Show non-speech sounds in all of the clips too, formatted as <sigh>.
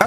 อั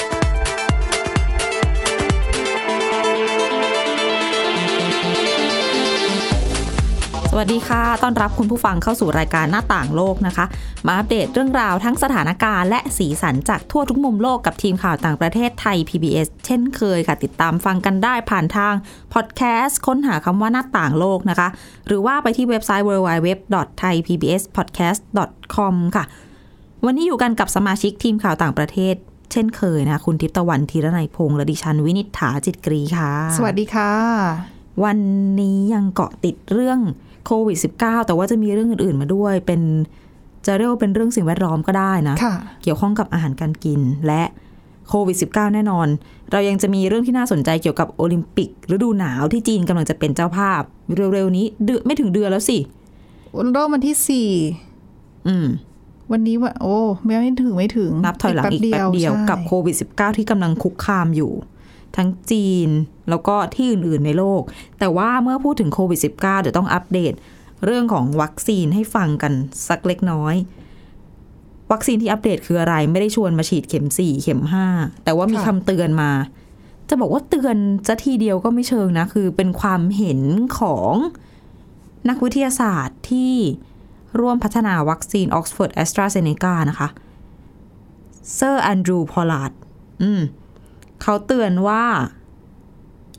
สวัสดีค่ะ ต้อนรับคุณผู้ฟังเข้าสู่รายการหน้าต่างโลกนะคะ มาอัปเดตเรื่องราวทั้งสถานการณ์และสีสันจากทั่วทุกมุมโลกกับทีมข่าวต่างประเทศไทย PBS เช่นเคยค่ะ ติดตามฟังกันได้ผ่านทางพอดแคสต์ค้นหาคำว่าหน้าต่างโลกนะคะ หรือว่าไปที่เว็บไซต์ www.thaipbspodcast.com ค่ะ วันนี้อยู่กันกับสมาชิกทีมข่าวต่างประเทศ เช่นเคยนะคุณทิพย์ตะวันธีรนัยพงษ์และดิฉันวินิษฐาจิตกรีค่ะ สวัสดีค่ะ วันนี้ยังเกาะติดเรื่องโควิด -19 แต่ว่าจะมีเรื่องอื่น ๆ มาด้วย เป็นจะเรียกว่าเป็นเรื่องสิ่งแวดล้อมก็ได้นะ ค่ะ เกี่ยวข้องกับอาหารการกินและโควิด -19 แน่นอน เรายังจะมีเรื่องที่น่าสนใจเกี่ยวกับโอลิมปิกฤดูหนาวที่จีนกำลังจะเป็นเจ้าภาพ เร็ว ๆ นี้เดือนไม่ถึงเดือนแล้วสิ เริ่มวันที่สี่ อืม วันนี้ว่า โอ้ ไม่ไม่ถึงไม่ถึง นับถอยหลังอีกแป๊บเดียวกับโค ใช่ วิด -19 ที่กำลังคุกคามอยู่ ทั้งจีนแล้วก็ที่อื่น ๆ ในโลก แต่ว่าเมื่อพูดถึงโควิด -19 เดี๋ยวต้องอัปเดต เรื่องของวัคซีนให้ฟังกันสักเล็กน้อย วัคซีนที่อัปเดตคืออะไร ไม่ได้ชวนมาฉีดเข็ม 4 เข็ม 5 แต่ว่ามีคำเตือนมา จะบอกว่าเตือนจะทีเดียวก็ไม่เชิงนะ คือเป็นความเห็นของนักวิทยาศาสตร์ที่ร่วมพัฒนาวัคซีน Oxford AstraZeneca นะคะ เซอร์แอนดรูพอลาร์ดอืม เขาเตือนว่า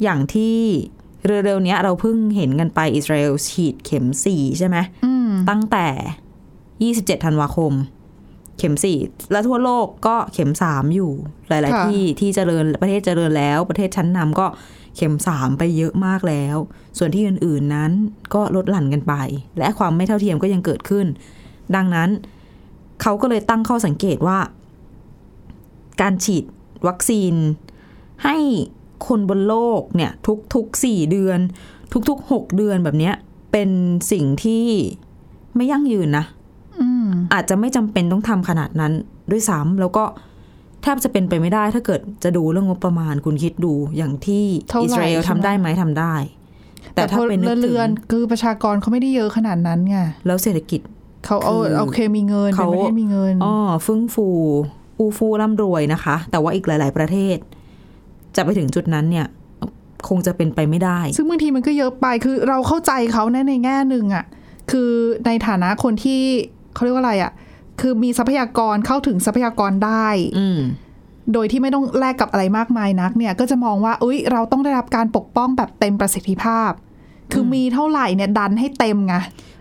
อย่างที่เร็วๆเนี้ย เราเพิ่งเห็นกันไปอิสราเอลฉีดเข็มสี่ใช่ไหม อืม ตั้งแต่ 27 ธันวาคม เข็มสี่ และทั่วโลกก็เข็มสามอยู่ หลาย ค่ะ ๆ ที่ที่เจริญประเทศเจริญแล้ว ประเทศชั้นนำก็เข็มสามไปเยอะมากแล้ว ส่วนที่อื่น ๆ นั้นก็ลดหลั่นกันไป และความไม่เท่าเทียมก็ยังเกิดขึ้น ดังนั้นเขาก็เลยตั้งข้อสังเกตว่า การฉีดวัคซีน ให้คนบนโลกเนี่ย ทุกทุกสี่เดือน ทุกทุกหกเดือนแบบเนี้ย เป็นสิ่งที่ไม่ยั่งยืนนะ อืม อาจจะไม่จำเป็นต้องทำขนาดนั้นด้วยซ้ำแล้วก็แทบจะเป็นไปไม่ได้ถ้าเกิดจะดูเรื่องงบประมาณคุณคิดดูอย่างที่ เท่าอิสไหร่ราเอล ใช่ ทำ ไหม ได้ไหมทำได้ แต่ถ้าเป็น พ นึ ล กถึ เรือน ง คือประชากรเขาไม่ได้เยอะขนาดนั้นไง แล้วเศรษฐกิจ เขาเอา คือ โอเคมีเงินเป็ เขา นประเทศมีเงิน อ๋อฟึ่งฟูอูฟูร่ำรวยนะคะ แต่ว่าอีกหลาย ๆ ประเทศ จะไปถึงจุดนั้นเนี่ย คงจะเป็นไปไม่ได้ ซึ่งบางทีมันก็เยอะไปคือเราเข้าใจเขานะในแง่หนึ่งอะคือในฐานะคนที่เขาเรียกว่าอะไรอะคือมีทรัพยากรเข้าถึงทรัพยากรได้ อืม โดยที่ไม่ต้องแลกกับอะไรมากมายนักเนี่ยก็จะมองว่าเอ้ยเราต้องได้รับการปกป้องแบบเต็มประสิทธิภาพ คืออมีเท่าไหร่เนี่ยดันให้เต็มไง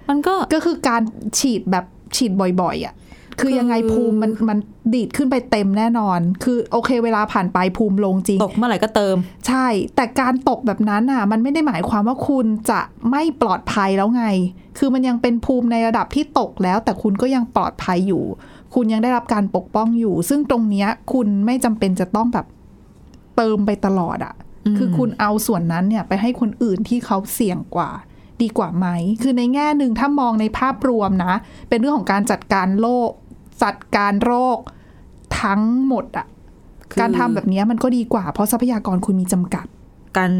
มันก็ ก็คือการฉีดแบบฉีดบ่อยๆอะ่ะคือ คือ ยังไงภูมิมันมันดีดขึ้นไปเต็มแน่นอน คือโอเคเวลาผ่านไปภูมิลงจริง ตกเมื่อไหร่ก็เติม ใช่ แต่การตกแบบนั้นน่ะ มันไม่ได้หมายความว่าคุณจะไม่ปลอดภัยแล้วไง คือมันยังเป็นภูมิในระดับที่ตกแล้ว แต่คุณก็ยังปลอดภัยอยู่ คุณยังได้รับการปกป้องอยู่ ซึ่งตรงเนี้ยคุณไม่จำเป็นจะต้องแบบเติมไปตลอดอะ่ะ อืม คือคุณเอาส่วนนั้นเนี่ยไปให้คนอื่นที่เขาเสี่ยงกว่า ดีกว่าไหม คือในแง่หนึ่งถ้ามองในภาพรวมนะ เป็นเรื่องของการจัดการโรคจัดการโรคทั้งหมดอ่ะ คือ การทำแบบเนี้ยมันก็ดีกว่า เพราะทรัพยากรคุณมีจำกัด การ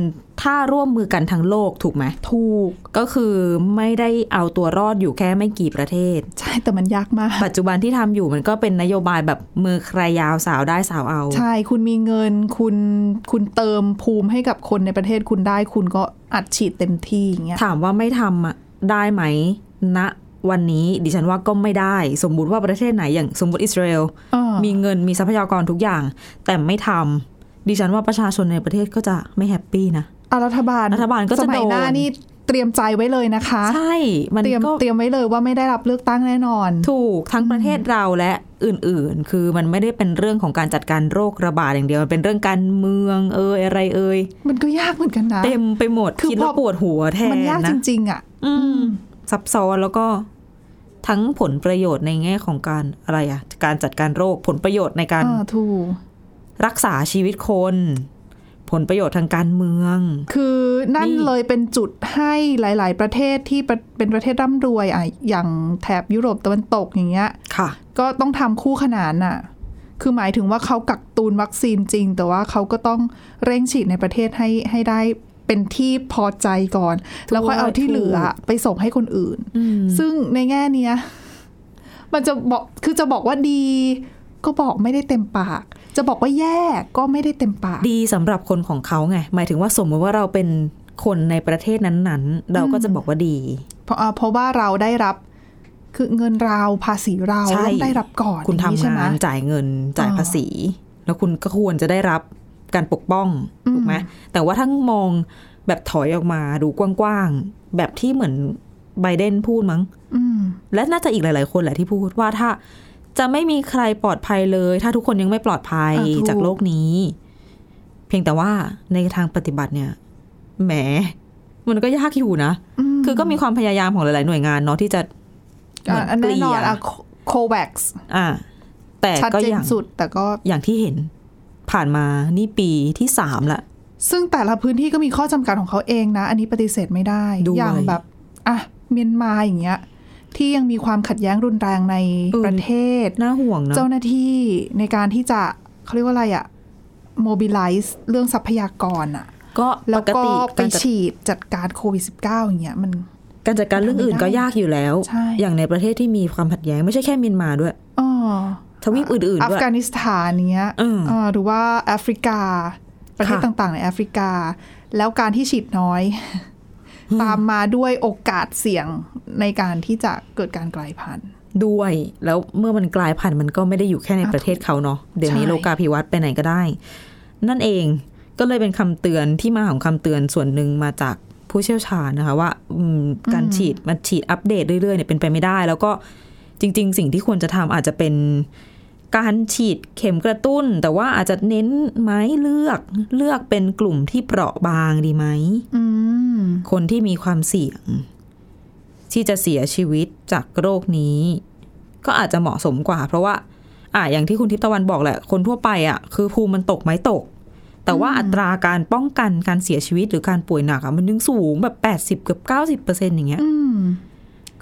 ถ้าร่วมมือกันทั้งโลกถูกไหม ถูก ก็คือไม่ได้เอาตัวรอดอยู่แค่ไม่กี่ประเทศ ใช่แต่มันยากมาก ปัจจุบันที่ทำอยู่มันก็เป็นนโยบายแบบมือใครยาวสาวได้สาวเอา ใช่คุณมีเงินคุณคุณเติมภูมิให้กับคนในประเทศคุณได้ คุณก็อัดฉีดเต็มที่อย่างเงี้ย ถามว่าไม่ทำอะได้ไหมณนะวันนี้ดิฉันว่าก็ไม่ได้ สมมุติว่าประเทศไหนอย่างสมมติอิสราเอล อ่า มีเงินมีทรัพยากรทุกอย่าง แต่ไม่ทำดิฉันว่าประชาชนในประเทศก็จะไม่แฮปปี้นะ อ่ะรัฐบาล รัฐบาลก็จะ สมัย โดน หน้านี่เตรียมใจไว้เลยนะคะ ใช่มัน เตรียม ก็ เตรียมไว้เลยว่าไม่ได้รับเลือกตั้งแน่นอน ถูกทั้งประเทศเราและอื่น ๆ คือมันไม่ได้เป็นเรื่องของการจัดการโรคระบาดอย่างเดียว มันเป็นเรื่องการเมืองเอยอะไรเอย มันก็ยากเหมือนกันนะ เต็มไปหมด คือ คิดแล้ว พอ ปวดหัวแทน มันยากจ นะ ริง ๆ อ่ะ อืมซับซ้อนแล้วก็ทั้งผลประโยชน์ในแง่ของการอะไรอะการจัดการโรคผลประโยชน์ในการ อ่าถูก รักษาชีวิตคน ผลประโยชน์ทางการเมือง คือนั่น นี่ เลยเป็นจุดให้หลาย ๆ ประเทศที่ประเป็นประเทศร่ำรวยอ่ะอย่างแถบยุโรปตะวันตกอย่างเงี้ย ค่ะ ก็ต้องทำคู่ขนานน่ะ คือหมายถึงว่าเขากักตุนวัคซีนจริง แต่ว่าเขาก็ต้องเร่งฉีดในประเทศให้ให้ได้ เป็นที่พอใจก่อน แล้วค่อยเอาที่เหลือไปส่งให้คนอื่น อืม ซึ่งในแง่เนี้ยมันจะบอกคือจะบอกว่าดี ก็บอกไม่ได้เต็มปาก จะบอกว่าแย่ก็ไม่ได้เต็มปาก ดีสำหรับคนของเขาไง หมายถึงว่าสมมติว่าเราเป็นคนในประเทศนั้นๆ เราก็จะบอกว่าดี เพราะอ่าเพราะว่าเราได้รับคือเงินเราภาษีเรา ใช่ ต้องได้รับก่อน คุณ อย่ ทำ ใช่ไหม งานจ่ายเงินจ่าย อ่า ภาษี แล้วคุณก็ควรจะได้รับการปกป้อง อืม ถูกไหมแต่ว่าทั้งมองแบบถอยออกมาดูกว้างๆ แบบที่เหมือนไบเดนพูดมั้ง อืม และน่าจะอีกหลาย ๆ คนแหละที่พูดว่าถ้าจะไม่มีใครปลอดภัยเลย ถ้าทุกคนยังไม่ปลอดภัย อ่าถูก จากโลกนี้ เพียงแต่ว่าในทางปฏิบัติเนี่ยแหม มันก็ยากอยู่นะ ม คือก็มีความพยายามของหลาย ๆ หน่วยงานเนาะที่จะเหมือน อ่ะ เก แน่ ลี่ น ย อนอะโควัคซ์ อ่ะแต่ ชัด ก็ เจ อน ย่าง สุด แต่ก็ อย่างที่เห็นผ่านมานี่ปีที่สามละ ซึ่งแต่ละพื้นที่ก็มีข้อจำกัดของเขาเองนะ อันนี้ปฏิเสธไม่ได้ ด้วย อย่างแบบอ่ะเมียนมาอย่างเงี้ย ที่ยังมีความขัดแย้งรุนแรงใน เออ ประเทศ น่าห่วงเนอะ เจ้าหน้าที่ในการที่จะเขาเรียกว่าอะไรอะโมบิลไลซ์เรื่องทรัพยากรอะ ก็ แล้ ปกวก็ ติ ไป การจัด ฉีดจัดการโควิด -19 อย่างเงี้ยมัน การจัดการเรื่องอื่นก็ยากอยู่แล้ว ใช่ อย่างในประเทศที่มีความขัดแย้งไม่ใช่แค่เมียนมาด้วย อ๋อ ทวีปอื่นๆ อั ด้ ฟ วย กานิสถานเนี้ย อืม เอ่อหรือว่าแอฟริกา ประเทศ ค่ะ ต่างๆ ในแอฟริกา แล้วการที่ฉีดน้อย ตามมาด้วยโอกาสเสี่ยงในการที่จะเกิดการกลายพันธุ์ ด้วย แล้วเมื่อมันกลายพันธุ์มันก็ไม่ได้อยู่แค่ในประเทศเขาเนาะเดี๋ยวนี้ ใช่ โลกาภิวัตน์ไปไหนก็ได้ นั่นเองก็เลยเป็นคำเตือนที่มาของคำเตือนส่วนหนึ่งมาจากผู้เชี่ยวชาญนะคะ ว่าอืมการฉีดมันฉีดอัปเดตเรื่อยๆเนี่ยเป็นไปไม่ได้ แล้วก็จริง ๆ สิ่งที่ควรจะทำอาจจะเป็นการฉีดเข็มกระตุ้น แต่ว่าอาจจะเน้นไหมเลือกเลือกเป็นกลุ่มที่เปราะบางดีไหม อืม คนที่มีความเสี่ยง ที่จะเสียชีวิตจากโรคนี้ ก็อาจจะเหมาะสมกว่า เพราะว่า อ่ะอย่างที่คุณทิพย์ตะวันบอกแหละ คนทั่วไปอ่ะคือภูมิมันตกไหมตก แต่ว่าอัตราการป้องกันการเสียชีวิตหรือการป่วยหนักอ่ะมันยังสูงแบบ 80 เกือบ 90เปอร์เซ็นต์อย่างเงี้ย อืม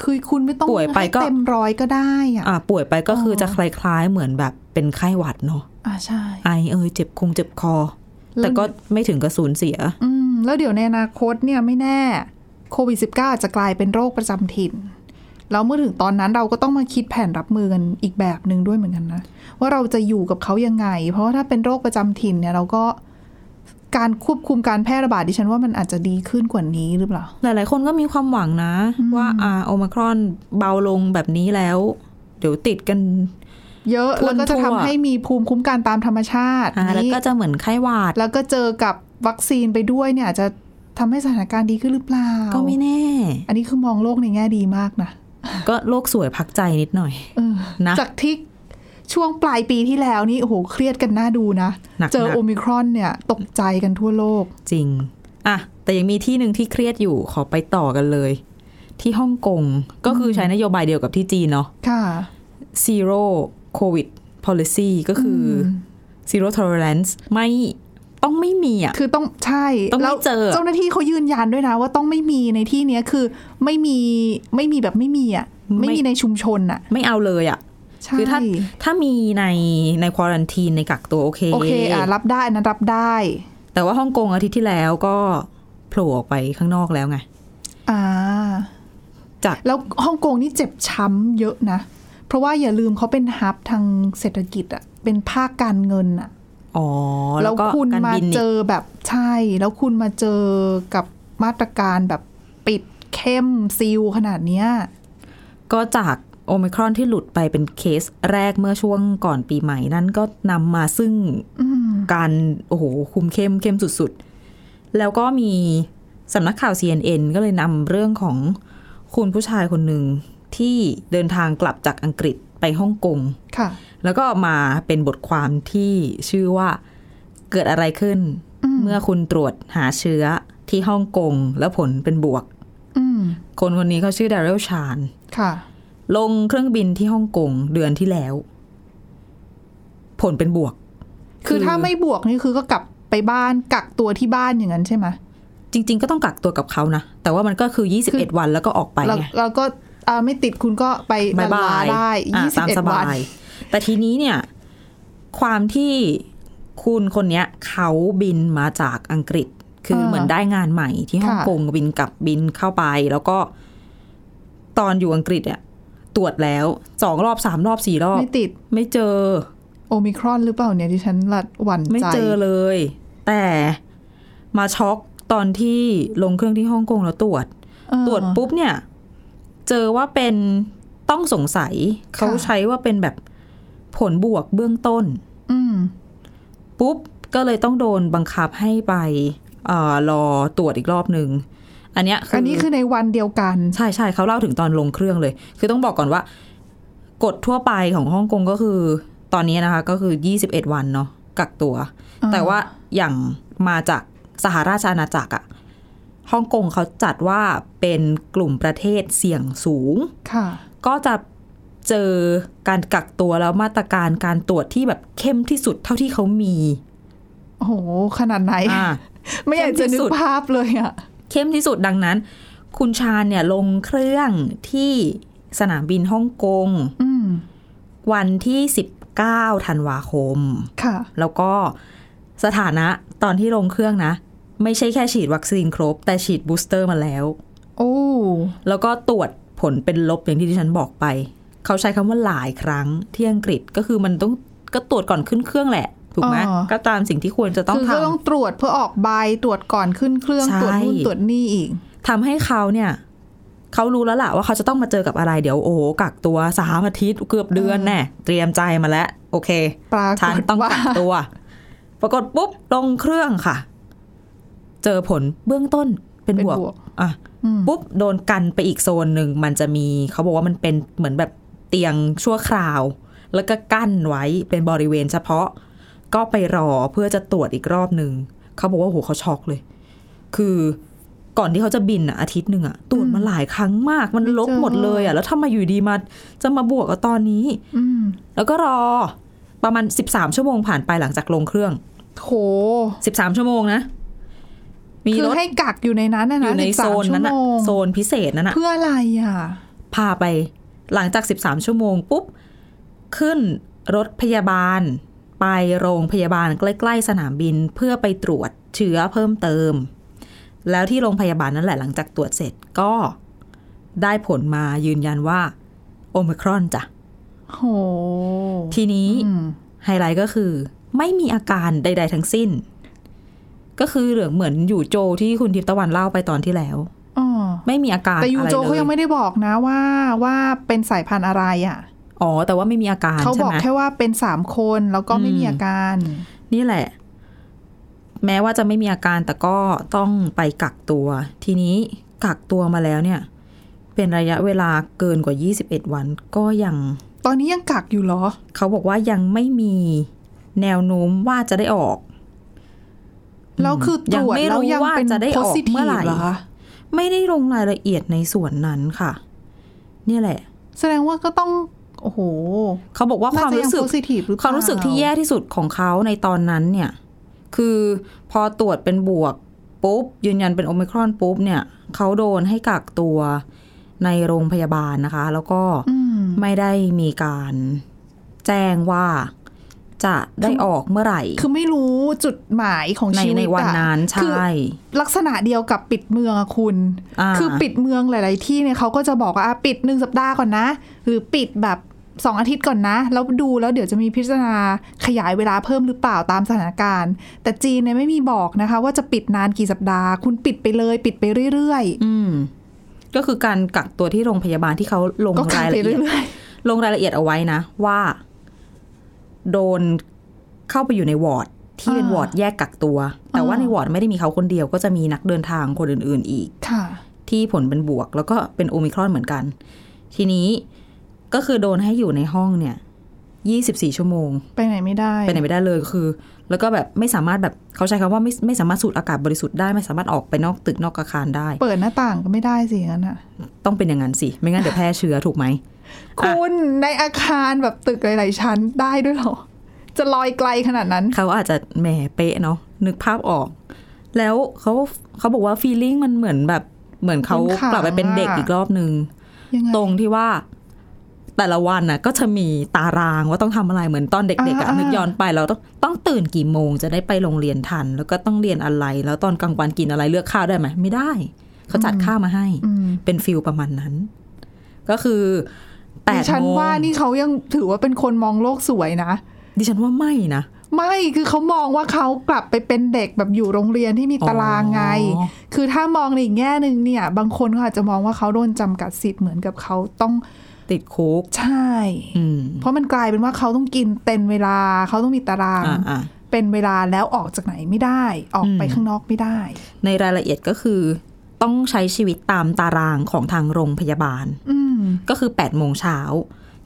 คือคุณไม่ต้อง ป่วยไปก็ ให้เต็มร้อยก็ได้อะ อ่ะป่วยไปก็คือจะคล้ายๆ เหมือนแบบเป็นไข้หวัดเนาะ อ่าใช่ ไอเอยเจ็บคงเจ็บคอ แต่ก็ไม่ถึงกับสูญเสีย อืม แล้วเดี๋ยวในอนาคตเนี่ยไม่แน่โควิด -19 อาจจะกลายเป็นโรคประจำถิ่น แล้วเมื่อถึงตอนนั้นเราก็ต้องมาคิดแผนรับมือกันอีกแบบหนึ่งด้วยเหมือนกันนะ ว่าเราจะอยู่กับเขายังไง เพราะว่าถ้าเป็นโรคประจำถิ่นเนี่ย เราก็การควบคุมการแพร่ระบาดดิฉันว่ามันอาจจะดีขึ้นกว่านี้หรือเปล่า หลาย ๆ คนก็มีความหวังนะ ว่าอ่าโอมครอนเบาลงแบบนี้แล้ว เดี๋ยวติดกัน เยอะแล้วก็จะทำให้มีภูมิคุ้มกันตามธรรมชาติ อ่าแล้ว นี้ ก็จะเหมือนไข้หวัด แล้วก็เจอกับวัคซีนไปด้วยเนี่ยอาจจะทำให้สถานการณ์ดีขึ้นหรือเปล่า ก็ไม่แน่ อันนี้คือมองโลกในแง่ดีมากนะ ก็โลกสวยพักใจนิดหน่อย เออ นะ จากที่ช่วงปลายปีที่แล้วนี่โอ้โหเครียดกันน่าดูนะ หนักๆ เจอโอมิครอนเนี่ย ตกใจกันทั่วโลก จริงอ่ะแต่ยังมีที่หนึ่งที่เครียดอยู่ขอไปต่อกันเลย ที่ฮ่องกงก็คือใช้นโยบายเดียวกับที่จีนเนาะ ค่ะ zero covid policy ก็คือ zero tolerance ไม่ต้องไม่มีอ่ะ คือต้องใช่ ต้องไม่ แล้ว เจอ เจ้าหน้าที่เขายืนยันด้วยนะ ว่าต้องไม่มีในที่เนี้ยคือไม่มีไม่มีแบบไม่มีอ่ะไม่มีในชุมชนอ่ะ ไม่เอาเลยอ่ะ ใช่ คือถ้าถ้ามีในในควอรันทีในกักตัวโอเค โอเคอ่ะรับได้อันนั้นรับได้ แต่ว่าฮ่องกงอาทิตย์ที่แล้วก็โผล่ออกไปข้างนอกแล้วไง อ่า จาก แล้วฮ่องกงนี่เจ็บช้ำเยอะนะ เพราะว่าอย่าลืมเขาเป็นฮับทางเศรษฐกิจอะเป็นภาคการเงินอะ อ๋อ แล้วก็ คุณ การ มา บิน เจ นี่ อแบบใช่ แล้วคุณมาเจอกับมาตรการแบบปิดเข้มซีลขนาดเนี้ย ก็จากโอมิครอนที่หลุดไปเป็นเคสแรกเมื่อช่วงก่อนปีใหม่นั้นก็นำมาซึ่ง อืม การโอ้โห คุมเข้มเข้มสุดๆ แล้วก็มีสำนักข่าว CNN ก็เลยนำเรื่องของคุณผู้ชายคนหนึ่งที่เดินทางกลับจากอังกฤษไปฮ่องกง ค่ะ แล้วก็มาเป็นบทความที่ชื่อว่าเกิดอะไรขึ้น อืม เมื่อคุณตรวจหาเชื้อที่ฮ่องกงแล้วผลเป็นบวก อืม คนคนนี้เขาชื่อดาริลชาน ค่ะ ลงเครื่องบินที่ฮ่องกงเดือนที่แล้ว ผลเป็นบวกคืคืออ ถ้าไม่บวกนี่คือก็กลับไปบ้านกักตัวที่บ้านอย่างนั้นใช่ไหม จริง ๆ ก็ต้องกักตัวกับเขานะ แต่ว่ามันก็คือ 21 วันแล้วก็ออกไป แล้ว ไง แล้วก็อ่าไม่ติดคุณก็ไป บาย ล บาย ได้ อ่ะ ยี่สิบ ตาม เอ็ด ส วั บาน ย แต่ทีนี้เนี่ย ความที่คุณคนเนี้ยเขาบินมาจากอังกฤษ คือ เออ เหมือนได้งานใหม่ที่ฮ่อง ค่ะ กงบินกลับบินเข้าไป แล้วก็ตอนอยู่อังกฤษอะตรวจแล้วสองรอบสามรอบสี่รอบ ไม่ติด ไม่เจอ โอมิครอนหรือเปล่าเนี่ยที่ฉันละหวั่นใจ ไม่เจอเลย แต่มาช็อกตอนที่ลงเครื่องที่ฮ่องกงแล้วตรวจ เออ ตรวจปุ๊บเนี่ย เจอว่าเป็นต้องสงสัย เขา ค่ะ ใช้ว่าเป็นแบบผลบวกเบื้องต้น อืม ปุ๊บ ก็เลยต้องโดนบังคับให้ไปเอ่อรอตรวจอีกรอบหนึ่งอันเนี้ยคือ อั อน นี้คือในวันเดียวกัน ใช่ใช่เขาเล่าถึงตอนลงเครื่องเลย คือต้องบอกก่อนว่า กฎทั่วไปของฮ่องกงก็คือ ตอนนี้นะคะ ก็คือ 21 วันเนาะกักตัว อ่า แต่ว่าอย่างมาจากสหราชอาณาจักรอะฮ่องกงเขาจัดว่าเป็นกลุ่มประเทศเสี่ยงสูง ค่ะ ก็จะเจอการกักตัวแล้วมาตรการการตรวจที่แบบเข้มที่สุดเท่าที่เขามี โอ้โห ขนาดไหน อ่า ไม่อยากจะเข้มนึกที่สุด ภาพเลยอ่ะ เข้มที่สุดดังนั้น คุณชาญเนี่ยลงเครื่องที่สนามบินฮ่องกง อืม วันที่ 19ธันวาคม ค่ะ แล้วก็สถานะตอนที่ลงเครื่องนะ ไม่ใช่แค่ฉีดวัคซีนครบ แต่ฉีดบูสเตอร์มาแล้ว โอ้ แล้วก็ตรวจผลเป็นลบอย่างที่ดิฉันบอกไป เขาใช้คำว่าหลายครั้งที่อังกฤษก็คือมันต้องก็ตรวจก่อนขึ้นเครื่องแหละ ถูกไหม อ๋อ ก็ตามสิ่งที่ควรจะต้อง คือ ท ก็ต้องตรวจเพื่อออกใบตรวจก่อนขึ้นเครื่อง ใช่ ตรวจนู่นตรวจนี่อีก ำทำให้เขาเนี่ยเขารู้แล้วล่ะว่าเขาจะต้องมาเจอกับอะไรเดี๋ยวโอ้โหกักตัวสามอาทิตย์เกือบเดือนแน่เตรียมใจมาแล้ว โอเค ปราก ฉัน ฏ ต้อง ว่า กักตัว ปรากฏปุ๊บลงเครื่องค่ะ เจอผลเบื้องต้นเป็น เป็น บวก บวก อ่ะ อืม ปุ๊บโดนกันไปอีกโซนหนึ่งมันจะมี เขาบอกว่ามันเป็นเหมือนแบบเตียงชั่วคราว แล้วก็กั้นไว้เป็นบริเวณเฉพาะ ก็ไปรอเพื่อจะตรวจอีกรอบหนึ่งเขาบอกว่าโหเขาช็อกเลย คือก่อนที่เขาจะบินอะอาทิตย์หนึ่งอะตรวจมาหลายครั้งมาก มันลบหมดเลยอะแล้วทำไมอยู่ดีมาจะมาบวกกับตอนนี้ อืม แล้วก็รอประมาณ 13 ชั่วโมงผ่านไปหลังจากลงเครื่อง โห 13 ชั่วโมงนะ มี คือ รถ ให้กักอยู่ในนั้นอนะนะ ยู่ใน 13 โซนนั้นอะ ชั่วโมง โซนพิเศษนั้นอะ เพื่ออะไรอ่ะ พาไปหลังจาก 13 ชั่วโมงปุ๊บ ขึ้นรถพยาบาล ไปโรงพยาบาลใกล้ ๆ สนามบินเพื่อไปตรวจเชื้อเพิ่มเติม แล้วที่โรงพยาบาลนั่นแหละหลังจากตรวจเสร็จก็ได้ผลมายืนยันว่าโอมครอนจ้ะ โห ทีนี้ อืม ไฮไลท์ก็คือไม่มีอาการใด ๆ ทั้งสิ้น ก็คือเหลืองเหมือนอยู่โจที่คุณทิพย์ตะวันเล่าไปตอนที่แล้ว อ๋อ ไม่มีอาการ แต่ยู อะไร โจ เล เขา ย ยังไม่ได้บอกนะว่าว่าเป็นสายพันธุ์อะไรอ่ะ อ๋อ แต่ว่าไม่มีอาการ เขา ใช่ บอก ไหม แค่ว่าเป็นสามคนแล้วก็ไม่ อืม มีอาการ นี่แหละ แม้ว่าจะไม่มีอาการแต่ก็ต้องไปกักตัว ทีนี้กักตัวมาแล้วเนี่ย เป็นระยะเวลาเกินกว่า 21 วัน ก็ยัง ตอนนี้ยังกักอยู่เหรอ เขาบอกว่ายังไม่มีแนวโน้มว่าจะได้ออก แล้วคือตรวจ ยังไม่รู้ แล้วยัง ว่า เป็น จะได้ โพ ออก สิ เมื่ ที อไหร่ ฟเหรอคะ ไม่ได้ลงรายละเอียดในส่วนนั้นค่ะ เนี่ยแหละ แสดงว่าก็ต้อง โอ้โห เขาบอกว่าความรู้สึก โพสิทีฟหรือเปล่าวคามรู้สึกที่แย่ที่สุดของเขาในตอนนั้นเนี่ย คือพอตรวจเป็นบวกปุ๊บ ยืนยันเป็นโอมิครอนปุ๊บเนี่ยเขาโดนให้กักตัวในโรงพยาบาลนะคะ แล้วก็ อืม ไม่ได้มีการแจ้งว่าจะได้ออกเมื่อไหร่ คือไม่รู้จุดหมายของ ใน ชีวิต ในวัน อะ นั้น คือ ใช่ ลักษณะเดียวกับปิดเมืองอะคุณ อ่า คือปิดเมืองหลาย ๆ ที่เนี่ยเขาก็จะบอกว่าอ่ะปิดหนึ่งสัปดาห์ก่อนนะ หรือปิดแบบสองอาทิตย์ก่อนนะ แล้วดูแล้วเดี๋ยวจะมีพิจารณาขยายเวลาเพิ่มหรือเปล่าตามสถานการณ์ แต่จีนเนี่ยไม่มีบอกนะคะ ว่าจะปิดนานกี่สัปดาห์ คุณปิดไปเลย ปิดไปเรื่อย อืม ก็คือการกักตัวที่โรงพยาบาลที่เขาลง ๆ ก็กั รากย ไป ละเอียด เรื่อย ลงรายละเอียดเอาไว้นะ ว่า โดนเข้าไปอยู่ในวอร์ดที่เป็น อ่าว อร์ดแยกกักตัว แต่ว่า อ่า ในวอร์ดไม่ได้มีเขาคนเดียวก็จะมีนักเดินทางคนอื่น ๆ อีก ๆ ค่ะ ที่ผลเป็นบวก แล้วก็เป็นโอมิครอนเหมือนกัน ทีนี้ก็คือโดนให้อยู่ในห้องเนี่ย 24 ชั่วโมง ไปไหนไม่ได้ ไปไหนไม่ได้เลยคือ แล้วก็แบบไม่สามารถแบบเขาใช้คำว่าไม่ไม่สามารถสูดอากาศบริสุทธิ์ได้ไม่สามารถออกไปนอกตึกนอกอาคารได้ เปิดหน้าต่างก็ไม่ได้สิงั้นอ่ะ ต้องเป็นอย่างนั้นสิไม่งั้นเดี๋ยวแพร่เชื้อถูกไหม คุณในอาคารแบบตึกหลาย ๆ ชั้นได้ด้วยเหรอ จะลอยไกลขนาดนั้น เขาอาจจะแหมเป๊ะเนาะนึกภาพออก แล้วเขาเขาบอกว่าฟีลลิ่งมันเหมือนแบบเหมือนเขา มันขัง กลับไปเป็นเด็ก อะ อีกรอบนึง ยังไง ตรงที่ว่า แต่ละวันน่ะก็จะมีตารางว่าต้องทำอะไรเหมือนตอนเด็กๆอะ อ่าๆ นึกย้อนไปเราต้องต้องตื่นกี่โมงจะได้ไปโรงเรียนทัน แล้วก็ต้องเรียนอะไร แล้วตอนกลางวันกินอะไรเลือกข้าวได้ไหมไม่ได้ เขาจัดข้าวมาให้ อืม เป็นฟิลประมาณนั้น ก็คือแป ดิ ด ฉัน โมง ว่านี่เขายังถือว่าเป็นคนมองโลกสวยนะ ดิฉันว่าไม่นะ ไม่คือเขามองว่าเขากลับไปเป็นเด็กแบบอยู่โรงเรียนที่มีตารางไง อ๋อ คือถ้ามองในอีกแง่หนึ่งเนี่ย บางคนก็อาจจะมองว่าเขาโดนจำกัดสิทธิ์เหมือนกับเขาต้อง ติดคุก ใช่ อืม เพราะมันกลายเป็นว่าเขาต้องกินเต็มเวลา เขาต้องมีตาราง อ่าอ่า เป็นเวลาแล้วออกจากไหนไม่ได้ ออกไป อืม ข้างนอกไม่ได้ ในรายละเอียดก็คือ ต้องใช้ชีวิตตามตารางของทางโรงพยาบาล อืม ก็คือ8ปดโมงเช้า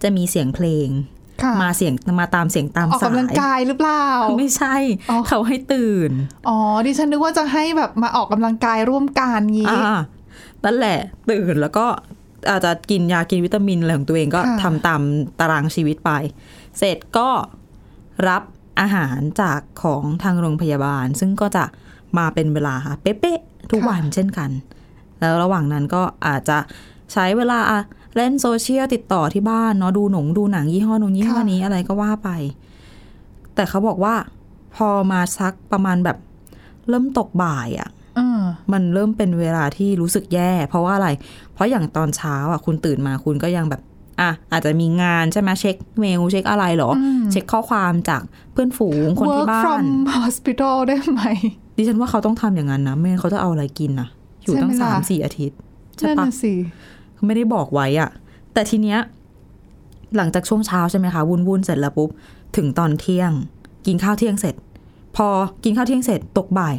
จะมีเสียงเพลง ค่ะ มาเสียงมาตามเสียงตาม ออก สาย กำลังกายหรือเปล่า ไม่ใช่ อ๋อ เขาให้ตื่น อ๋อดิฉันนึกว่าจะให้แบบมาออกกำลังกายร่วมกันงี้ อ่านั่นแหละตื่นแล้วก็อาจจะกินยากินวิตามินอะไรของตัวเองก็ ค่ะ ทำตามตารางชีวิตไป เสร็จก็รับอาหารจากของทางโรงพยาบาล ซึ่งก็จะมาเป็นเวลาเป๊ะๆทุกวันเช่นกัน แล้วระหว่างนั้นก็อาจจะใช้เวลาอะเล่นโซเชียลติดต่อที่บ้านเนาะดูหนงดูหนังยี่ห้อนู้นยี่ห้อ ค่ะ นี้อะไรก็ว่าไป แต่เขาบอกว่าพอมาสักประมาณแบบเริ่มตกบ่ายอะ เออ มันเริ่มเป็นเวลาที่รู้สึกแย่ เพราะว่าอะไร เพราะอย่างตอนเช้าอะคุณตื่นมาคุณก็ยังแบบอ่ะอาจจะมีงานใช่ไหมเช็คเมลเช็คอะไรเหรออเช็คข้อความจากเพื่อนฝูงคน เวิ ที่ ร์ก บ้า from น hospital ได้ไหม ดิฉันว่าเขาต้องทำอย่างนั้นนะไม่งั้นเขาจะเอาอะไรกินนะอยู่ตั้ง ใช่ไหม สา ล่ะ มสี่อาทิตย์ใช่ นั่น ปะ น่ะสิ ไม่ได้บอกไว้อะแต่ทีเนี้ย หลังจากช่วงเช้าใช่ไหมคะ วุ่นวุ่นๆเสร็จแล้วปุ๊บ ถึงตอนเที่ยง กินข้าวเที่ยงเสร็จ พอกินข้าวเที่ยงเสร็จตกบ่าย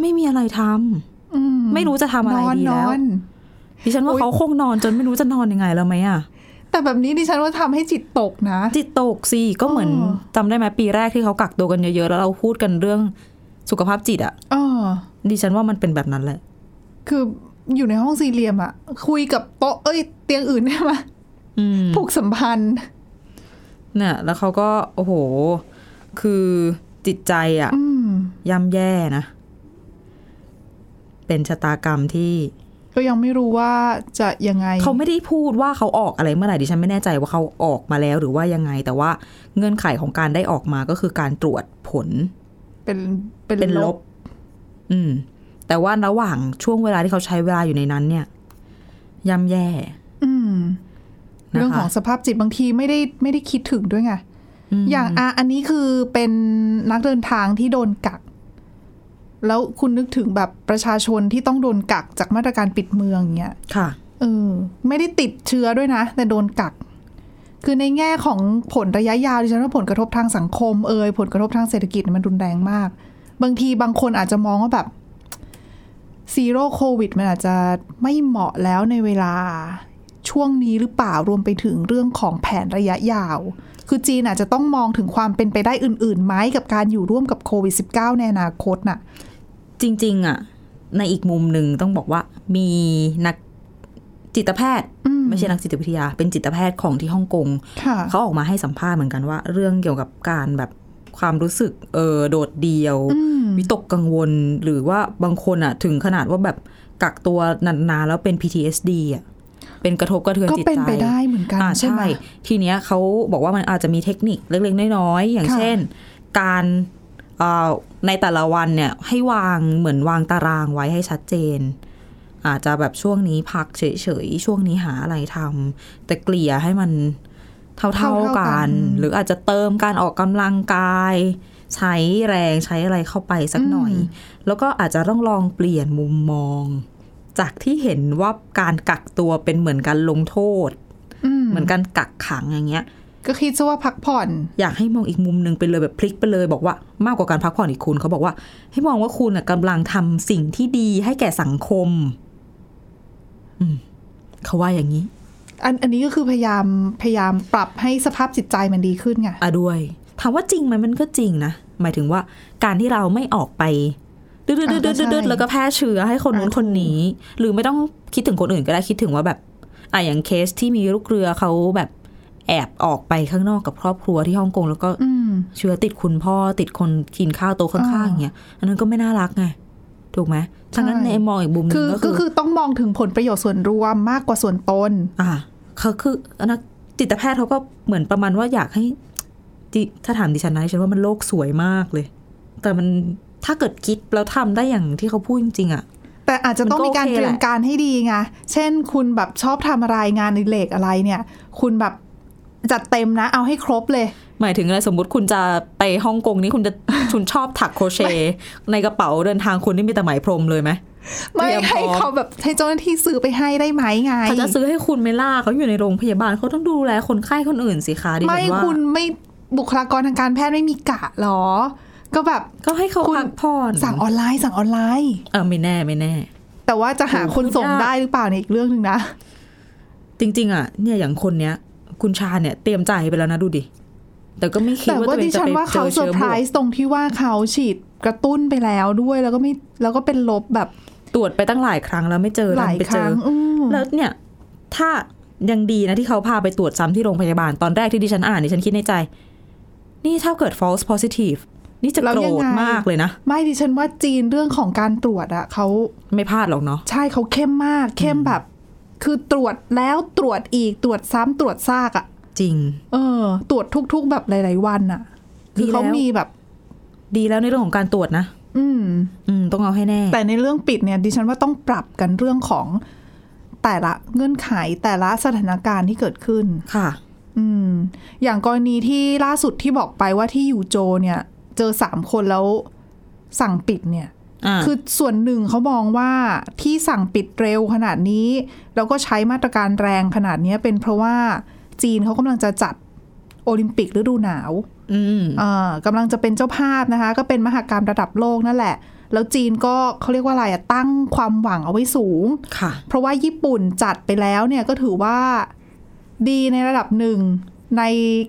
ไม่มีอะไรทำ อืม ไม่รู้จะทำอะไร นอน ดี น แล้ อ วน ดิฉันว่า โอ๊ย เขาคงนอนจนไม่รู้จะนอนยังไงแล้วไหมอะ แต่แบบนี้ดิฉันว่าทำให้จิตตกนะ จิตตกสิก็เหมือน อ๋อ จำได้ไหมปีแรกที่เขากักตัวกันเยอะๆแล้วเราพูดกันเรื่องสุขภาพจิตอะ เออ ดิฉันว่ามันเป็นแบบนั้นแหละ คืออยู่ในห้องสี่เหลี่ยมอะคุยกับโต๊ะเอ้ย เตียงอื่นได้ไหม อืม ผูกสัมพันธ์ เนี่ย แล้วเขาก็โอ้โห คือจิตใจอะ อืม ย่ำแย่นะ เป็นชะตากรรมที่ ก็ยังไม่รู้ว่าจะยังไง เขาไม่ได้พูดว่าเขาออกอะไรเมื่อไหร่ดิฉันไม่แน่ใจว่าเขาออกมาแล้วหรือว่ายังไง แต่ว่าเงื่อนไขของการได้ออกมาก็คือการตรวจผล เป็นเป็น เป็นล ล บ บ อืม แต่ว่าระหว่างช่วงเวลาที่เขาใช้เวลาอยู่ในนั้น เนี่ยย่ำแย่ อืม นะคะ เรื่องของสภาพจิตบางทีไม่ได้ไม่ได้คิดถึงด้วยไง ม อย่างอ่ะอันนี้คือเป็นนักเดินทางที่โดนกัก แล้วคุณนึกถึงแบบประชาชนที่ต้องโดนกักจากมาตรการปิดเมืองเงี้ย ค่ะ เออ ไม่ได้ติดเชื้อด้วยนะ แต่โดนกัก คือในแง่ของผลระยะยาวดิฉันว่าผลกระทบทางสังคมเอยผลกระทบทางเศรษฐกิจเนี่ยมันรุนแรงมาก บางทีบางคนอาจจะมองว่าแบบซีโร่โควิดมันอาจจะไม่เหมาะแล้วในเวลาช่วงนี้หรือเปล่ารวมไปถึงเรื่องของแผนระยะยาว คือจีนอาจจะต้องมองถึงความเป็นไปได้อื่นๆไหมกับการอยู่ร่วมกับโควิด -19 ในอนาคตน่ะ จริง ๆ อ่ะ ในอีกมุมหนึ่งต้องบอกว่า มีนักจิตแพทย์ อืม ไม่ใช่นักจิตวิทยา เป็นจิตแพทย์ของที่ฮ่องกง ค่ะ เขาออกมาให้สัมภาษณ์เหมือนกันว่า เรื่องเกี่ยวกับการแบบความรู้สึกเออโดดเดี่ยว อืม วิตกกังวลหรือว่าบางคนอะถึงขนาดว่าแบบกักตัวนานๆแล้วเป็น PTSD อะเป็นกระทบกระเทือน ก็ จิตใจ เป็นไปได้เหมือนกัน อ่า ใช่ ใช่ ไหม ทีเนี้ยเขาบอกว่ามันอาจจะมีเทคนิคเล็กๆน้อยๆอย่าง ค่ะ เช่น การเอ่อในแต่ละวันเนี่ยให้วางเหมือนวางตารางไว้ให้ชัดเจน อาจจะแบบช่วงนี้พักเฉยๆ ช่วงนี้หาอะไรทำแต่เกลี่ยให้มันเท่า เท่า ๆ ๆกั กัน น หรืออาจจะเติมการออกกำลังกาย ใช้แรงใช้อะไรเข้าไปสักหน่อย แล้วก็อาจจะต้องลองเปลี่ยนมุมมอง จากที่เห็นว่าการกักตัวเป็นเหมือนการลงโทษ อืม เหมือนการกักขังอย่างเงี้ย ก็คิดซะว่าพักผ่อน อยากให้มองอีกมุมหนึ่งไปเลยแบบพลิกไปเลย บอกว่ามากกว่าการพักผ่อนอีกคุณเขาบอกว่า ให้มองว่าคุณน่ะกำลังทำสิ่งที่ดีให้แก่สังคม อืมเขาว่าอย่างนี้ อันอันนี้ก็คือพยายามพยายามปรับให้สภาพจิตใจมันดีขึ้นไง อะด้วยถามว่าจริงไหมมันก็จริงนะหมายถึงว่าการที่เราไม่ออกไปดืดๆ อ่ะก็ใช่ ๆๆๆแล้วก็แพร่เชื้อให้คนนู้น อ่ะ คนนี้ หรือไม่ต้องคิดถึงคนอื่นก็ได้คิดถึงว่าแบบอ่ะอย่างเคสที่มีลูกเรือเขาแบบแอบออกไปข้างนอกกับครอบครัวที่ฮ่องกงแล้วก็ อืม เชื้อติดคุณพ่อติดคนกินข้าวโต๊ะข้างๆอย่างเงี้ยอันนั้นก็ไม่น่ารักไง ถูกไหมฉะนั้น ใช่ ในมองอีกมุมหนึ คื ง อ ก็ ก็ คื คือ อต้องมองถึงผลประโยชน์ส่วนรวมมากกว่าส่วนตน อ่าเขาคือนัก จิตแพทย์เขาก็เหมือนประมาณว่าอยากให้จิถ้าถามดิฉันนะดิฉันว่ามันโลกสวยมากเลย แต่มันถ้าเกิดคิดแล้วทำได้อย่างที่เขาพูดจริงๆอะ แต่อาจจะต้อง มันก็ มีการ โอเค เตรียม แหละ การให้ดีไง เช่นคุณแบบชอบทำอะไรงานอดิเลกอะไรเนี่ย คุณแบบจัดเต็มนะ เอาให้ครบเลย หมายถึงอะไรสมมติคุณจะไปฮ่องกงนี่คุณจะ <laughs> คุณชอบถักโครเช <laughs> ต์ในกระเป๋าเดินทางคุณนี่มีแต่ไหมพรมเลยไหม ไม่ เตรียม ให้ พร้อม เขาแบบให้เจ้าหน้าที่ซื้อไปให้ได้ไหมไง เขาจะซื้อให้คุณไหม่ล่าเขาอยู่ในโรงพยาบาลเขาต้องดูแลคนไข้คนอื่นสิคะดิฉัน ไม่ ว่า คุณไม่บุคลากรทางการแพทย์ไม่มีกะหรอ ก็แบบ ก็ให้เขา คุณ พักผ่อน สั่งออนไลน์สั่งออนไลน์ เออไม่แน่ไม่แน่ แต่ว่าจะหาคนส่ง พูดยาก ได้หรือเปล่าในยอีกเรื่องหนึ่งนะ จริง ๆ อ่ะ เนี่ยอย่างคนเนี้ย คุณชาเนี่ยเตรียมใจไปแล้วนะดูดิแต่ก็ไม่คิด แต่ ว่า ว่า ตัวเอ ดิ งจะ ฉัน ไป ว่า เจ เขา อ เซอ เชื้อ ร์ไพ บ ร วก ส์ตรงที่ว่าเขาฉีดกระตุ้นไปแล้วด้วยแล้วก็ไม่แล้วก็เป็นลบแบบ ตรวจไปตั้งหลายครั้งแล้วไม่เจอ หลาดัยนไป ค เจอ รั้งอืม แล้วเนี่ย ถ้ายังดีนะที่เขาพาไปตรวจซ้ำที่โรงพยาบาลตอนแรกที่ดิฉันอ่านดิฉันคิดในใจ นี่ถ้าเกิด false positive นี่จะโกรธมากเลยนะ ไม่ดิฉันว่าจีนเรื่องของการตรวจอะเขา ไม่พลาดหรอกเนาะ ใช่เขาเข้มมากเข้มแบบ คือตรวจแล้วตรวจอีกตรวจซ้ำตรวจซากอะ จริง เออ ตรวจทุก ๆ แบบหลาย ๆ วันอะคือดีเขาแล้ว มีแบบ ดีแล้วในเรื่องของการตรวจนะ อืม อืม ต้องเอาให้แน่ แต่ในเรื่องปิดเนี่ยดิฉันว่าต้องปรับกันเรื่องของแต่ละเงื่อนไขแต่ละสถานการณ์ที่เกิดขึ้น ค่ะ อืม อย่างกรณีที่ล่าสุดที่บอกไปว่าที่อยู่โจวเนี่ย เจอสามคนแล้วสั่งปิดเนี่ย อ่า คือส่วนหนึ่งเขามองว่าที่สั่งปิดเร็วขนาดนี้ แล้วก็ใช้มาตรการแรงขนาดเนี้ยเป็นเพราะว่าจีนเขากำลังจะจัดโอลิมปิกฤดูหนาว อืม เอ่อกำลังจะเป็นเจ้าภาพนะคะ ก็เป็นมหกรรมระดับโลกนั่นแหละ แล้วจีนก็เขาเรียกว่าอะไรอะตั้งความหวังเอาไว้สูง ค่ะ เพราะว่าญี่ปุ่นจัดไปแล้วเนี่ยก็ถือว่าดีในระดับหนึ่งใน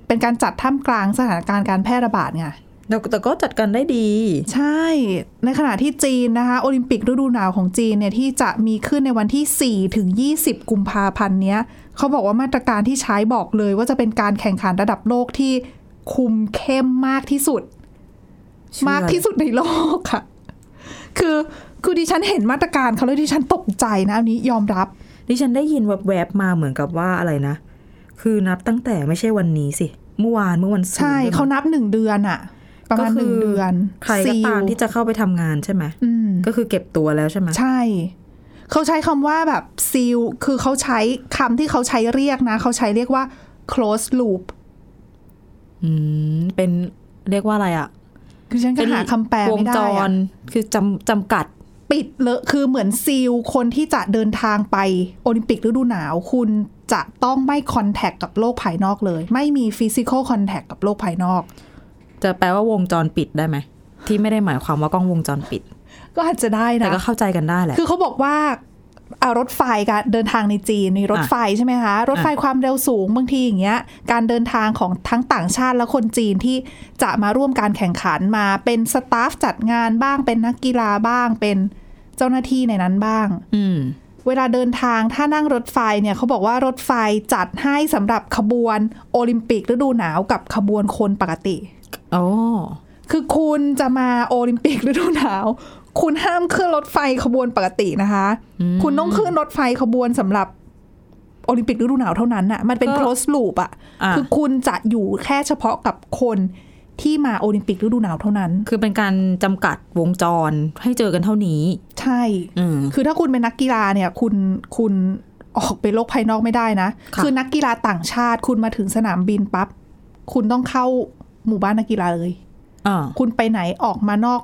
เป็นการจัดท่ามกลางสถานการณ์การแพร่ระบาดไง แต่แต่ก็จัดการได้ดี ใช่ในขณะที่จีนนะคะโอลิมปิกฤดูหนาวของจีนเนี่ยที่จะมีขึ้นในวันที่ 4 ถึง 20 กุมภาพันธ์เนี้ยเขาบอกว่ามาตรการที่ใช้บอกเลยว่าจะเป็นการแข่งขันระดับโลกที่คุมเข้มมากที่สุด มากที่สุดในโลกค่ะ คือคือดิฉันเห็นมาตรการเขาแล้วดิฉันตกใจนะอันนี้ยอมรับ ดิฉันได้ยินแวบๆมาเหมือนกับว่าอะไรนะ คือนับตั้งแต่ไม่ใช่วันนี้สิ เมื่อวานเมื่อวันศุกร์ ใช่เขานับหนึ่งเดือนอะประมาณ ก็ ห คื นึ่งเดือน ใครก็ตามที่จะเข้าไปทำงานใช่ไหม อืม ก็คือเก็บตัวแล้วใช่ไหม ใช่ เขาใช้คำว่าแบบซีลคือเขาใช้คำที่เขาใช้เรียกนะ เขาใช้เรียกว่า close loop อืม เป็นเรียกว่าอะไรอ่ะ คือฉันก็ เป็น หาคำแปล วง ไม่ได้ จ อะ ร คือจำจำกัด ปิดเลยคือเหมือนซีลคนที่จะเดินทางไปโอลิมปิกฤดูหนาว คุณจะต้องไม่ contact กับโลกภายนอกเลย ไม่มี physical contact กับโลกภายนอก จะแปลว่าวงจรปิดได้ไหม ที่ไม่ได้หมายความว่ากล้องวงจรปิด ก็อาจจะได้ แต่ นะ ก็เข้าใจกันได้แหละ คือเขาบอกว่าอ่ารถไฟการเดินทางในจีนมีรถไฟใช่ไหมคะ รถไฟความเร็วสูงบางทีอย่างเงี้ย การเดินทางของทั้งต่างชาติและคนจีนที่จะมาร่วมการแข่งขันมาเป็นสตาฟจัดงานบ้าง เป็นนักกีฬาบ้าง เป็นเจ้าหน้าที่ในนั้นบ้าง อืม เวลาเดินทางถ้านั่งรถไฟเนี่ยเขาบอกว่ารถไฟจัดให้สำหรับขบวนโอลิมปิกฤดูหนาวกับขบวนคนปกติ อ๋อ คือคุณจะมาโอลิมปิกฤดูหนาว คุณห้ามขึ้นรถไฟขบวนปกตินะคะ คุณต้องขึ้นรถไฟขบวนสำหรับโอลิมปิกฤดูหนาวเท่านั้นน่ะ มันเป็น ก็ close loop อะ อ่ะ คือคุณจะอยู่แค่เฉพาะกับคนที่มาโอลิมปิกฤดูหนาวเท่านั้น คือเป็นการจำกัดวงจรให้เจอกันเท่านี้ ใช่ อืม คือถ้าคุณเป็นนักกีฬาเนี่ย คุณคุณออกไปโลกภายนอกไม่ได้นะ ค่ะ อนักกีฬาต่างชาติ คุณมาถึงสนามบินปั๊บคุณต้องเข้าหมู่บ้านนักกีฬาเลย อ่า คุณไปไหนออกมานอก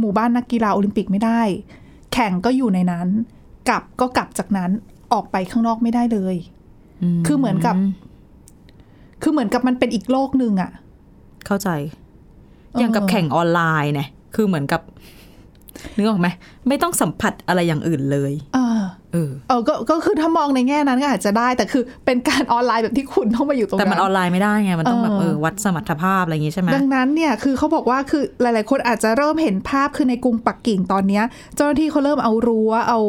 หมู่บ้านนักกีฬาโอลิมปิกไม่ได้ แข่งก็อยู่ในนั้น กลับก็กลับจากนั้นออกไปข้างนอกไม่ได้เลย คือเหมือนกับ คือเหมือนกับมันเป็นอีกโลกหนึ่งอะ เข้าใจ อย่างกับ เออ แข่งออนไลน์เนี่ย คือเหมือนกับนึกออกไหม ไม่ต้องสัมผัสอะไรอย่างอื่นเลย เออ เออ เออก็ก็คือถ้ามองในแง่นั้นก็อาจจะได้ แต่คือเป็นการออนไลน์แบบที่คุณต้องมาอยู่ตรง แต่ นั้น มันออนไลน์ไม่ได้ไง มันต้องแบบ เออ เออวัดสมรรถภาพอะไรอย่างงี้ใช่ไหม ดังนั้นเนี่ยคือเขาบอกว่าคือหลาย ๆ คนอาจจะเริ่มเห็นภาพคือในกรุงปักกิ่งตอนเนี้ย เจ้าหน้าที่เขาเริ่มเอารั้วเอา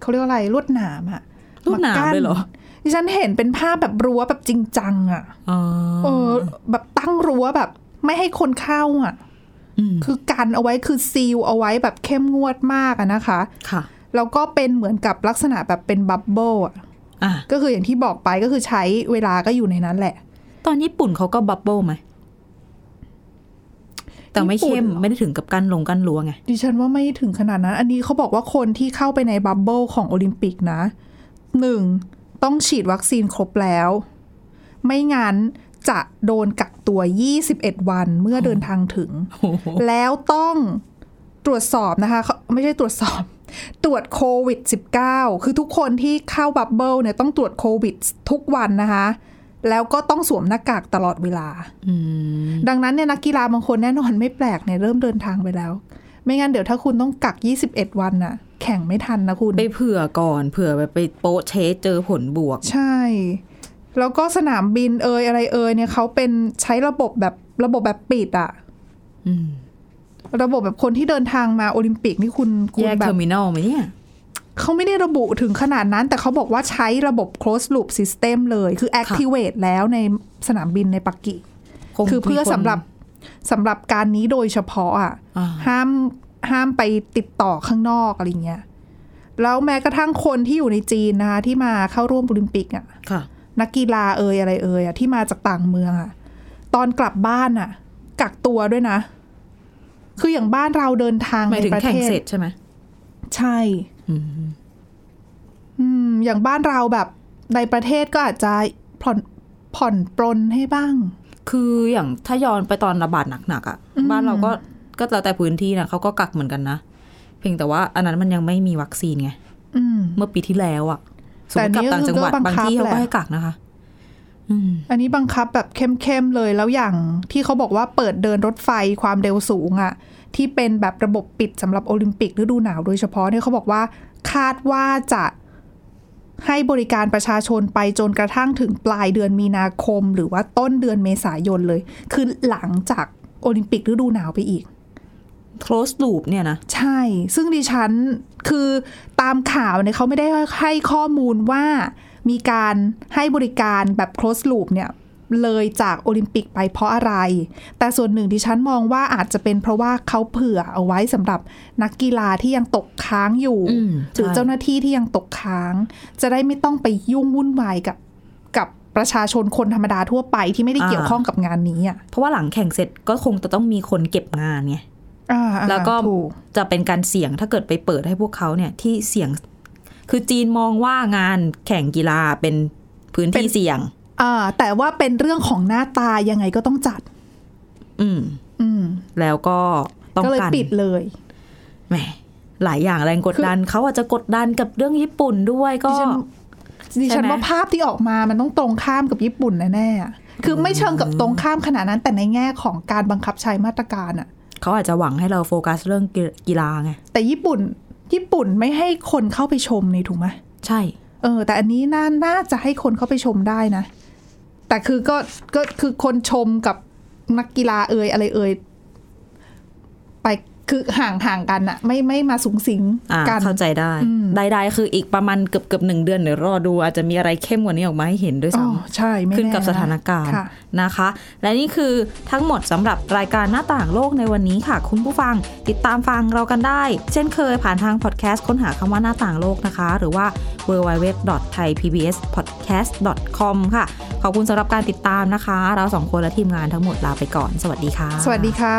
เขาเรียกว่าอะไรลวดหนามอะ ลวดหนามเลยเหรอ มกั้นดิฉันเห็นเป็นภาพแบบรั้วแบบจริงจังอะ อ๋อ เออ แบบตั้งรั้วแบบไม่ให้คนเข้าอะ ม คือกันเอาไว้คือซีลเอาไว้แบบเข้มงวดมากอะนะคะ ค่ะ แล้วก็เป็นเหมือนกับลักษณะแบบเป็นบับเบิลอะ อ่ะ ก็คืออย่างที่บอกไปก็คือใช้เวลาก็อยู่ในนั้นแหละ ตอนญี่ปุ่นเขาก็บับเบิ้ลไหมแต่ไม่เข้ ญี่ ม ปุ่นเหรอ ไม่ได้ถึงกับกันลงกันลัวไง ดิฉันว่าไม่ถึงขนาดนั้น อันนี้เขาบอกว่าคนที่เข้าไปในบับเบิลของโอลิมปิกนะหนึ่งต้องฉีดวัคซีนครบแล้ว ไม่งั้นจะโดนกักตัว 21 วันเมื่อเดินทางถึง โอ้โห <laughs> แล้วต้องตรวจสอบนะคะเขาไม่ใช่ตรวจสอบ <laughs> ตรวจโควิด -19 คือทุกคนที่เข้าบับเบิลเนี่ยต้องตรวจโควิดทุกวันนะคะ แล้วก็ต้องสวมหน้ากากตลอดเวลา อืม ดังนั้นเนี่ยนักกีฬาบางคนแน่นอนไม่แปลกเนี่ยเริ่มเดินทางไปแล้ว ไม่งั้นเดี๋ยวถ้าคุณต้องกัก 21 วันน่ะ แข่งไม่ทันนะคุณ ไปเผื่อก่อนเผื่อไปไปโป๊ะเชสเจอผลบวก ใช่ แล้วก็สนามบินเอยอะไรเอยเนี่ยเขาเป็นใช้ระบบแบบระบบแบบปิดอะ อืม ระบบแบบคนที่เดินทางมาโอลิมปิกนี่คุณคุ แยกณแบ เทอบ ร์มินอลไหมเนี่ย เขาไม่ได้ระบุถึงขนาดนั้น แต่เขาบอกว่าใช้ระบบ close loop system เลย คือ activate แล้วในสนามบินในปักกิ่ง ง คือเพื่อ มีน สำหรับสำหรับการนี้โดยเฉพาะอ่ะ อ่า ห้ามห้ามไปติดต่อข้างนอกอะไรเงี้ยแล้วแม้กระทั่งคนที่อยู่ในจีนนะคะที่มาเข้าร่วมโอลิมปิกอ่ะ ค่ะ นักกีฬาเอ่ยอะไรเอ่ยอ่ะที่มาจากต่างเมืองอ่ะตอนกลับบ้านอ่ะ กักตัวด้วยนะ คืออย่างบ้านเราเดินทาง หมาย ใน ถึง ประ แข่ เท ง ศ เสร็จใช่ไหม ใช่ อืม อืมอย่างบ้านเราแบบในประเทศก็อาจจะผ่อนผ่อนปรนให้บ้าง คืออย่างถ้าย้อนไปตอนระบาดหนักๆอะ่ะ อืม บ้านเราก็ก็แล้วแต่พื้นที่นะเขาก็กักเหมือนกันนะ เพียงแต่ว่าอันนั้นมันยังไม่มีวัคซีนไง อืม เมื่อปีที่แล้วอะ่ะสมมติกลัแต่บ นี่ ต่างจังหวัด ก็บัง บาง คับ ที่เขา แหละ ก็ให้กักนะคะ อืม อันนี้บังคับแบบเข้มๆเลยแล้วอย่างที่เขาบอกว่าเปิดเดินรถไฟความเร็วสูงอะที่เป็นแบบระบบปิดสำหรับโอลิมปิกฤดูหนาวโดยเฉพาะเนี่ยเขาบอกว่าคาดว่าจะให้บริการประชาชนไปจนกระทั่งถึงปลายเดือนมีนาคม หรือว่าต้นเดือนเมษายนเลย คือหลังจากโอลิมปิกฤดูหนาวไปอีก close loop เนี่ยนะ ใช่ ซึ่งดิฉันคือตามข่าวเนี่ยเขาไม่ได้ให้ข้อมูลว่ามีการให้บริการแบบ close loop เนี่ยเลยจากโอลิมปิกไปเพราะอะไร แต่ส่วนหนึ่งดิฉันมองว่าอาจจะเป็นเพราะว่าเขาเผื่อเอาไว้สำหรับนักกีฬาที่ยังตกค้างอยู่ อืม หรือ ใช่ เจ้าหน้าที่ที่ยังตกค้าง จะได้ไม่ต้องไปยุ่งวุ่นวายกับกับประชาชนคนธรรมดาทั่วไปที่ไม่ได้เกี่ยวข้องกับงานนี้อ่ะ เพราะว่าหลังแข่งเสร็จก็คงจะต้องมีคนเก็บงานไง อ่าอ่า แล้วก็ ถูก จะเป็นการเสี่ยงถ้าเกิดไปเปิดให้พวกเขาเนี่ยที่เสี่ยง คือจีนมองว่างานแข่งกีฬาเป็นพื้น เป็ ที่ น เสี่ยง อ่าแต่ว่าเป็นเรื่องของหน้าตายังไงก็ต้องจัด อืม อืม แล้วก็ต้อง ก็เลย กัน ปิดเลย แหมหลายอย่างแรงกดดันเขาอาจจะกดดันกับเรื่องญี่ปุ่นด้วยก็ ดิฉันดิฉัน ใช่ไหม ว่าภาพที่ออกมามันต้องตรงข้ามกับญี่ปุ่นแน่ๆอะคือไม่เชิงกับตรงข้ามขนาดนั้น แต่ในแง่ของการบังคับใช้มาตรการอะ เขาอาจจะหวังให้เราโฟกัสเรื่องกีฬาไง แต่ญี่ปุ่น ญี่ปุ่นไม่ให้คนเข้าไปชมนี่ถูกไหม ใช่ เออ แต่อันนี้น่าน่าจะให้คนเข้าไปชมได้นะ แต่คือก็ก็คือคนชมกับนักกีฬาเอ่ยอะไรเอ่ยไปคือห่างห่างกันอะไม่ไม่มาสูงสิง อ่า กัน เข้าใจได้ อืม ใดๆคืออีกประมาณเกือบเกือบหนึ่งเดือนเดี๋ยวรอดูอาจจะมีอะไรเข้มกว่านี้ออกมาให้เห็นด้วย อ๋อ ซ้ำ ใช่ไม่แ ขึ้นกับสถานการณ์ ค่ะ นะคะ และนี่คือทั้งหมดสำหรับรายการหน้าต่างโลกในวันนี้ค่ะ คุณผู้ฟัง ติดตามฟังเรากันได้ เช่นเคยผ่านทางพอดแคสต์ค้นหาคำว่าหน้าต่างโลกนะคะ หรือว่า www.thaipbspodcast.com ค่ะ ขอบคุณสำหรับการติดตามนะคะ เราสองคนและทีมงานทั้งหมดลาไปก่อน สวัสดีค่ะ สวัสดีค่ะ